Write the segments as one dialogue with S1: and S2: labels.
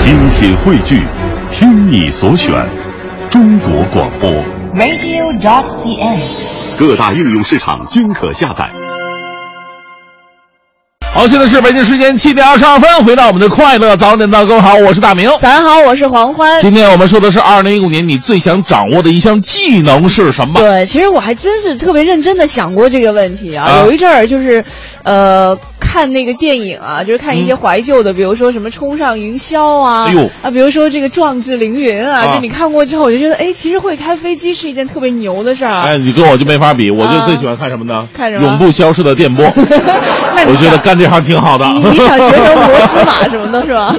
S1: 精品汇聚，听你所选，中国广播。
S2: radio.cn。
S1: 各大应用市场均可下载。
S3: 好，现在是北京时间七点二十二分，回到我们的快乐早点到，各位好，我是大明。
S2: 早上好，我是黄欢。
S3: 今天我们说的是二零一五年你最想掌握的一项技能是什么？
S2: 对，其实我还真是特别认真的想过这个问题啊。
S3: 啊
S2: 有一阵儿就是，呃，看那个电影啊，就是看一些怀旧的，比如说什么《冲上云霄》
S3: 嗯
S2: 啊，
S3: 哎呦
S2: 啊，比如说这个《壮志凌云》啊，
S3: 啊
S2: 就你看过之后，我就觉得，哎，其实会开飞机是一件特别牛的事儿啊。
S3: 哎，你跟我就没法比，我就
S2: 啊
S3: 最喜欢看什么呢？
S2: 看什么
S3: 永不消逝的电 波。
S2: 那你
S3: 我觉
S2: 想
S3: 得干这行挺好的。
S2: 你你想学 成摩斯码什么的，是吧？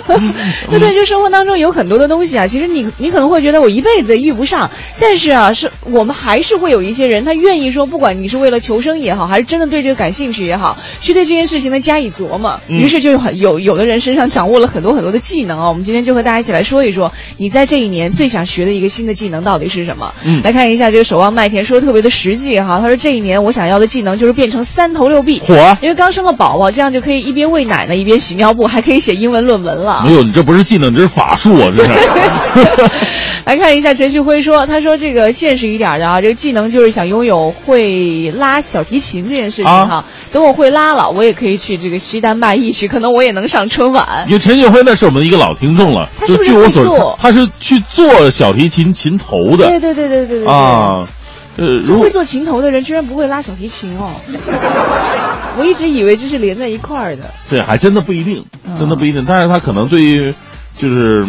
S2: 对对，就生活当中有很多的东西啊，其实你你可能会觉得我一辈子也遇不上，但是啊，是我们还是会有一些人，他愿意说，不管你是为了求生也好，还是真的对这个感兴趣也好，去对这件事情呢加以琢磨，
S3: 嗯
S2: 于是就有很有有的人身上掌握了很多很多的技能啊。我们今天就和大家一起来说一说，你在这一年最想学的一个新的技能到底是什么？
S3: 嗯
S2: 来看一下这个守望麦田说的特别的实际哈，他说这一年我想要的技能就是变成三头六臂。
S3: 火啊！
S2: 因为刚生了宝宝，这样就可以一边喂奶呢，一边洗尿布，还可以写英文论文了
S3: 哎。呦，你这不是技能，你这是法术啊！这是。
S2: 来看一下陈旭辉说，他说这个现实一点的啊，这个技能就是想拥有会拉小提琴这件事情哈、
S3: 啊
S2: 等我会拉了，我也可以去这个西单卖艺去，可能我也能上春晚
S3: 因。为陈雪辉那是我们一个老听众了，
S2: 他是
S3: 就
S2: 不是
S3: 据我所
S2: 会做
S3: 知，他是去做小提琴琴头的
S2: 对对对对对对。
S3: 啊。呃，如果
S2: 会做琴头的人居然不会拉小提琴哦，我一直以为这是连在一块儿的。
S3: 这还真的不一定
S2: 嗯，
S3: 真的不一定。但是他可能对于，就是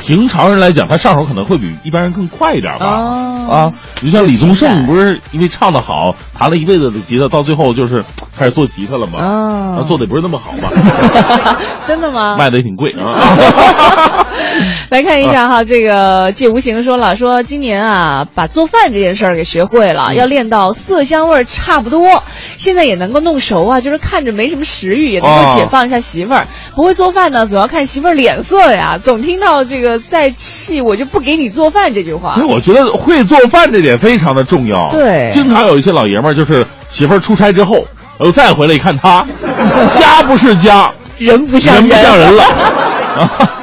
S3: 平常人来讲，他上手可能会比一般人更快一点吧。
S2: 哦
S3: 啊，你像李宗
S2: 有情
S3: 盛，
S2: 感
S3: 不是因为唱的好，弹了一辈子的吉他，到最后就是开始做吉他了嘛。啊，
S2: 哦
S3: 做的也不是那么好嘛，
S2: 真的吗？
S3: 卖的也挺贵 啊。
S2: 来看一下哈，这个借无形说了，说今年啊，把做饭这件事儿给学会了，要练到色香味儿差不多，现在也能够弄熟啊，就是看着没什么食欲，也能够
S3: 哦
S2: 解放一下媳妇儿。不会做饭呢，总要看媳妇儿脸色呀，总听到这个在气我就不给你做饭这句话
S3: 所以。我觉得会做饭这点非常的重要。
S2: 对
S3: 经常有一些老爷们儿就是媳妇儿出差之后，然后再回来一看他，家不是家，
S2: 人不像
S3: 人不
S2: 人
S3: 像人了。啊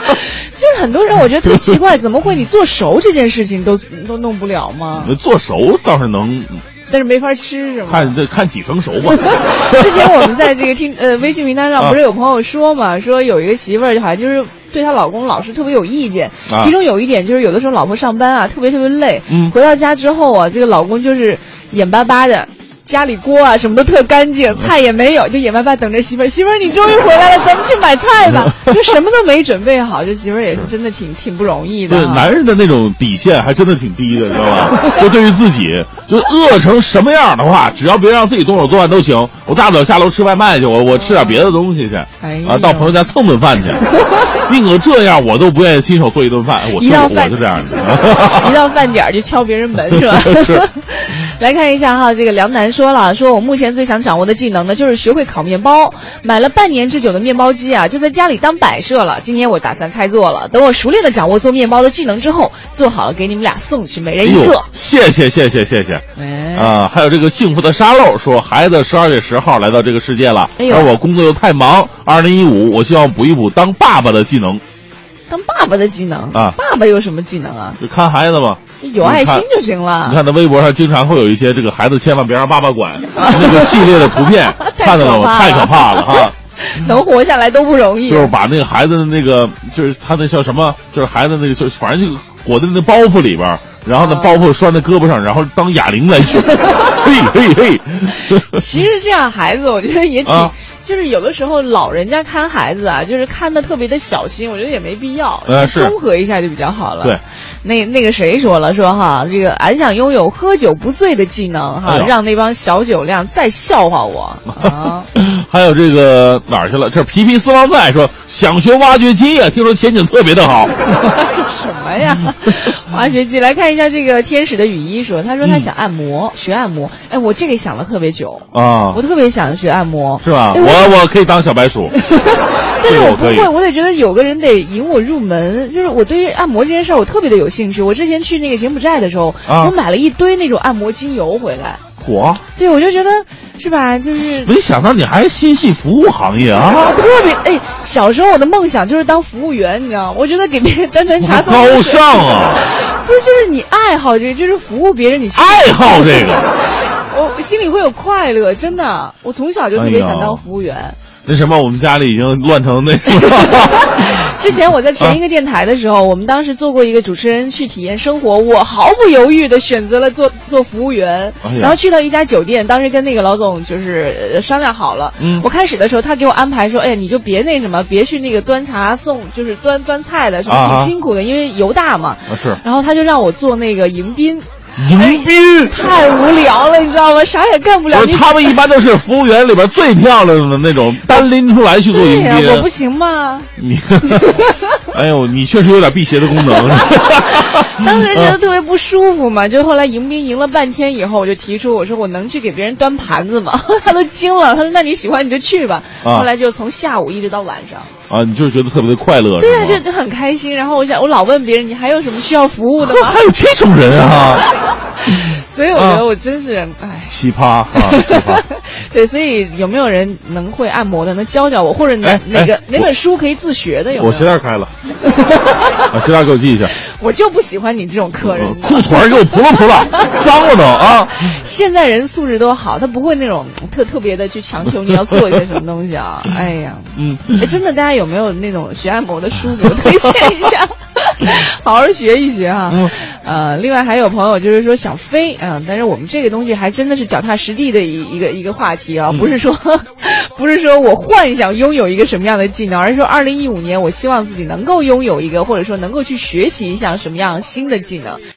S2: 就是很多人，我觉得特奇怪，怎么会你做熟这件事情都都弄不了吗
S3: 你？们做熟倒是能
S2: 但是没法吃是吗？。
S3: 看这看几成熟吧
S2: 之前我们在这个听呃微信名单上
S3: 啊
S2: 不是有朋友说嘛，说有一个媳妇儿好像就是对她老公老是特别有意见，
S3: 啊
S2: 其中有一点就是有的时候老婆上班啊特别特别累，
S3: 嗯
S2: 回到家之后啊，这个老公就是眼巴巴的。家里锅啊什么都特干
S3: 嗯
S2: 净，菜也没有，就眼巴巴等着媳妇儿。媳妇儿，你终于回来了，咱们去买 菜吧。就什么都没准备好，这媳妇儿也是真的挺挺不容易 的
S3: 对
S2: 啊。
S3: 男人的那种底线还真的挺低的，你知道吧？就对于自己，就饿成什么样的话，只要别让自己动手做饭都行。我大不了下楼吃外卖去，我我吃点别的东西去，
S2: 哎呦
S3: 啊，到朋友家蹭顿饭 去，宁可这样，我都不愿意亲手做一顿饭。我
S2: 一
S3: 是
S2: 到
S3: 我
S2: 饭
S3: 是这样的。
S2: 一到饭点儿就敲别人门是吧？
S3: 是
S2: 来看一下哈，这个梁楠说了，说我目前最想掌握的技能呢，就是学会烤面包。买了半年之久的面包机啊，就在家里当摆设了。今年我打算开做了，等我熟练的掌握做面包的技能之后，做好了给你们俩送去，每
S3: 哎
S2: 人一
S3: 呦
S2: 个。，
S3: 谢谢谢谢谢谢。
S2: 哎
S3: 啊，还有这个幸福的沙漏说，孩子十二月十号来到这个世界了，
S2: 哎呦
S3: 而我工作又太忙。二零一五，我希望补一补当爸爸的技能，
S2: 当爸爸的技能
S3: 啊
S2: 爸爸有什么技能啊？
S3: 就看孩子嘛。
S2: 有哎爱心
S3: 你看
S2: 就行了。，
S3: 你看，他微博上经常会有一些这个孩子千万别让爸爸管那个系列的图片 看到了吗？太可怕
S2: 哎
S3: 了哈！
S2: 能活下来都不容易。
S3: 就是把那个孩子的那个，就是他那叫什么，就是孩子那个，就是反正就裹在那包袱里边儿，然后呢
S2: 啊
S3: 包袱拴在胳膊上，然后当哑铃来 用。嘿嘿嘿，
S2: 其实这样孩子，我觉得也挺，
S3: 啊
S2: 就是有的时候老人家看孩子啊，就是看的特别的小心，我觉得也没必要，
S3: 呃是
S2: 综合一下就比较好了。
S3: 对。
S2: 那那个谁说了说哈，这个俺想拥有喝酒不醉的技能哈，
S3: 哎呦
S2: 让那帮小酒量再笑 话我啊！
S3: 还有这个哪儿去了？这皮皮私房菜说想学挖掘机啊，听说前景特别的好。
S2: 这什么呀？
S3: 嗯
S2: 滑雪机来看一下这个天使的雨衣说，他说
S3: 嗯
S2: 他想按摩，学按摩。哎，我这个想了特别久，
S3: 啊
S2: 我，特别想学按摩，
S3: 是吧？
S2: 哎我
S3: 我我可以当小白鼠。
S2: 但
S3: 这
S2: 是
S3: 个
S2: 我
S3: 我
S2: 不
S3: 可以
S2: 会，我得觉得有个人得引我入门。就是我对于按摩这件事儿，我特别的有兴趣。我之前去那个柬埔寨的时候，
S3: 啊
S2: 我买了一堆那种按摩精油回来。
S3: 火，
S2: 对，我就觉得是吧？就是
S3: 没想到你还心系服务行业啊！
S2: 特别哎，小时候我的梦想就是当服务员，你知道吗？我觉得给别人端端茶、送
S3: 高
S2: 送水
S3: 尚啊，
S2: 不是，就是你爱好这个，就是服务别人，你心
S3: 爱好这个。
S2: 我心里会有快乐，真的。我从小就特别
S3: 哎
S2: 想
S3: 呦
S2: 当服务员。
S3: 那什么，我们家里已经乱成那 个了。
S2: 之前我在前一个电台的时候，我们当时做过一个主持人去体验生活，我毫不犹豫的选择了做做服务员，
S3: 哎呀
S2: 然后去到一家酒店，当时跟那个老总就是呃商量好了。
S3: 嗯
S2: 我开始的时候，他给我安排说，哎呀，你就别那什么，别去那个端茶送，就是端端菜的，什么
S3: 啊
S2: 挺辛苦的，因为油大嘛。
S3: 啊是
S2: 然后他就让我做那个迎宾，哎
S3: 迎宾，
S2: 太无聊了，你知道吗？啥也干不了。
S3: 不
S2: 你
S3: 是他们一般都是服务员里边最漂亮的那种，单拎出来去做
S2: 对
S3: 迎
S2: 呀、我不
S3: 宾。
S2: 行吗？
S3: 你， 哎呦，你确实有点辟邪的功能。
S2: 当时觉得特别不舒服嘛，就后来迎宾迎了半天以后，我就提出我说我能去给别人端盘子吗？ 他都惊了，他说那你喜欢你就去吧。
S3: 啊
S2: 后来就从下午一直到晚上，
S3: 啊，你就是觉得特别的快乐，
S2: 对啊，
S3: 是吗
S2: 就很开心。然后我想我老问别人你还有什么需要服务的
S3: 呵
S2: 吗？
S3: 还有这种人啊，
S2: 所以我觉
S3: 啊
S2: 得我真是唉。
S3: 奇葩啊，奇 葩。
S2: 对，所以有没有人能会按摩的，能教教我，或者哪
S3: 哎
S2: 哪个
S3: 哎
S2: 哪本书可以自学的？有没
S3: 我
S2: 有？
S3: 鞋带开了，把鞋带给我系一 下， 呃
S2: 我就不喜欢你这种客人。
S3: 裤腿儿给我扑了扑了，脏了都啊！
S2: 现在人素质都好，他不会那种特特别的去强求你要做一些什么东西 啊。哎呀，
S3: 嗯，
S2: 哎，真的，大家有没有那种学按摩的书给我推荐一 下？好好学一学哈、
S3: 嗯
S2: 呃，另外还有朋友就是说想飞，嗯、但是我们这个东西还真的是脚踏实地的一一个一个话题
S3: 嗯
S2: 啊，不是说 不是说我幻想拥有一个什么样的技能，而是说二零一五年我希望自己能够拥有一个，或者说能够去学习一项什么样新的技能。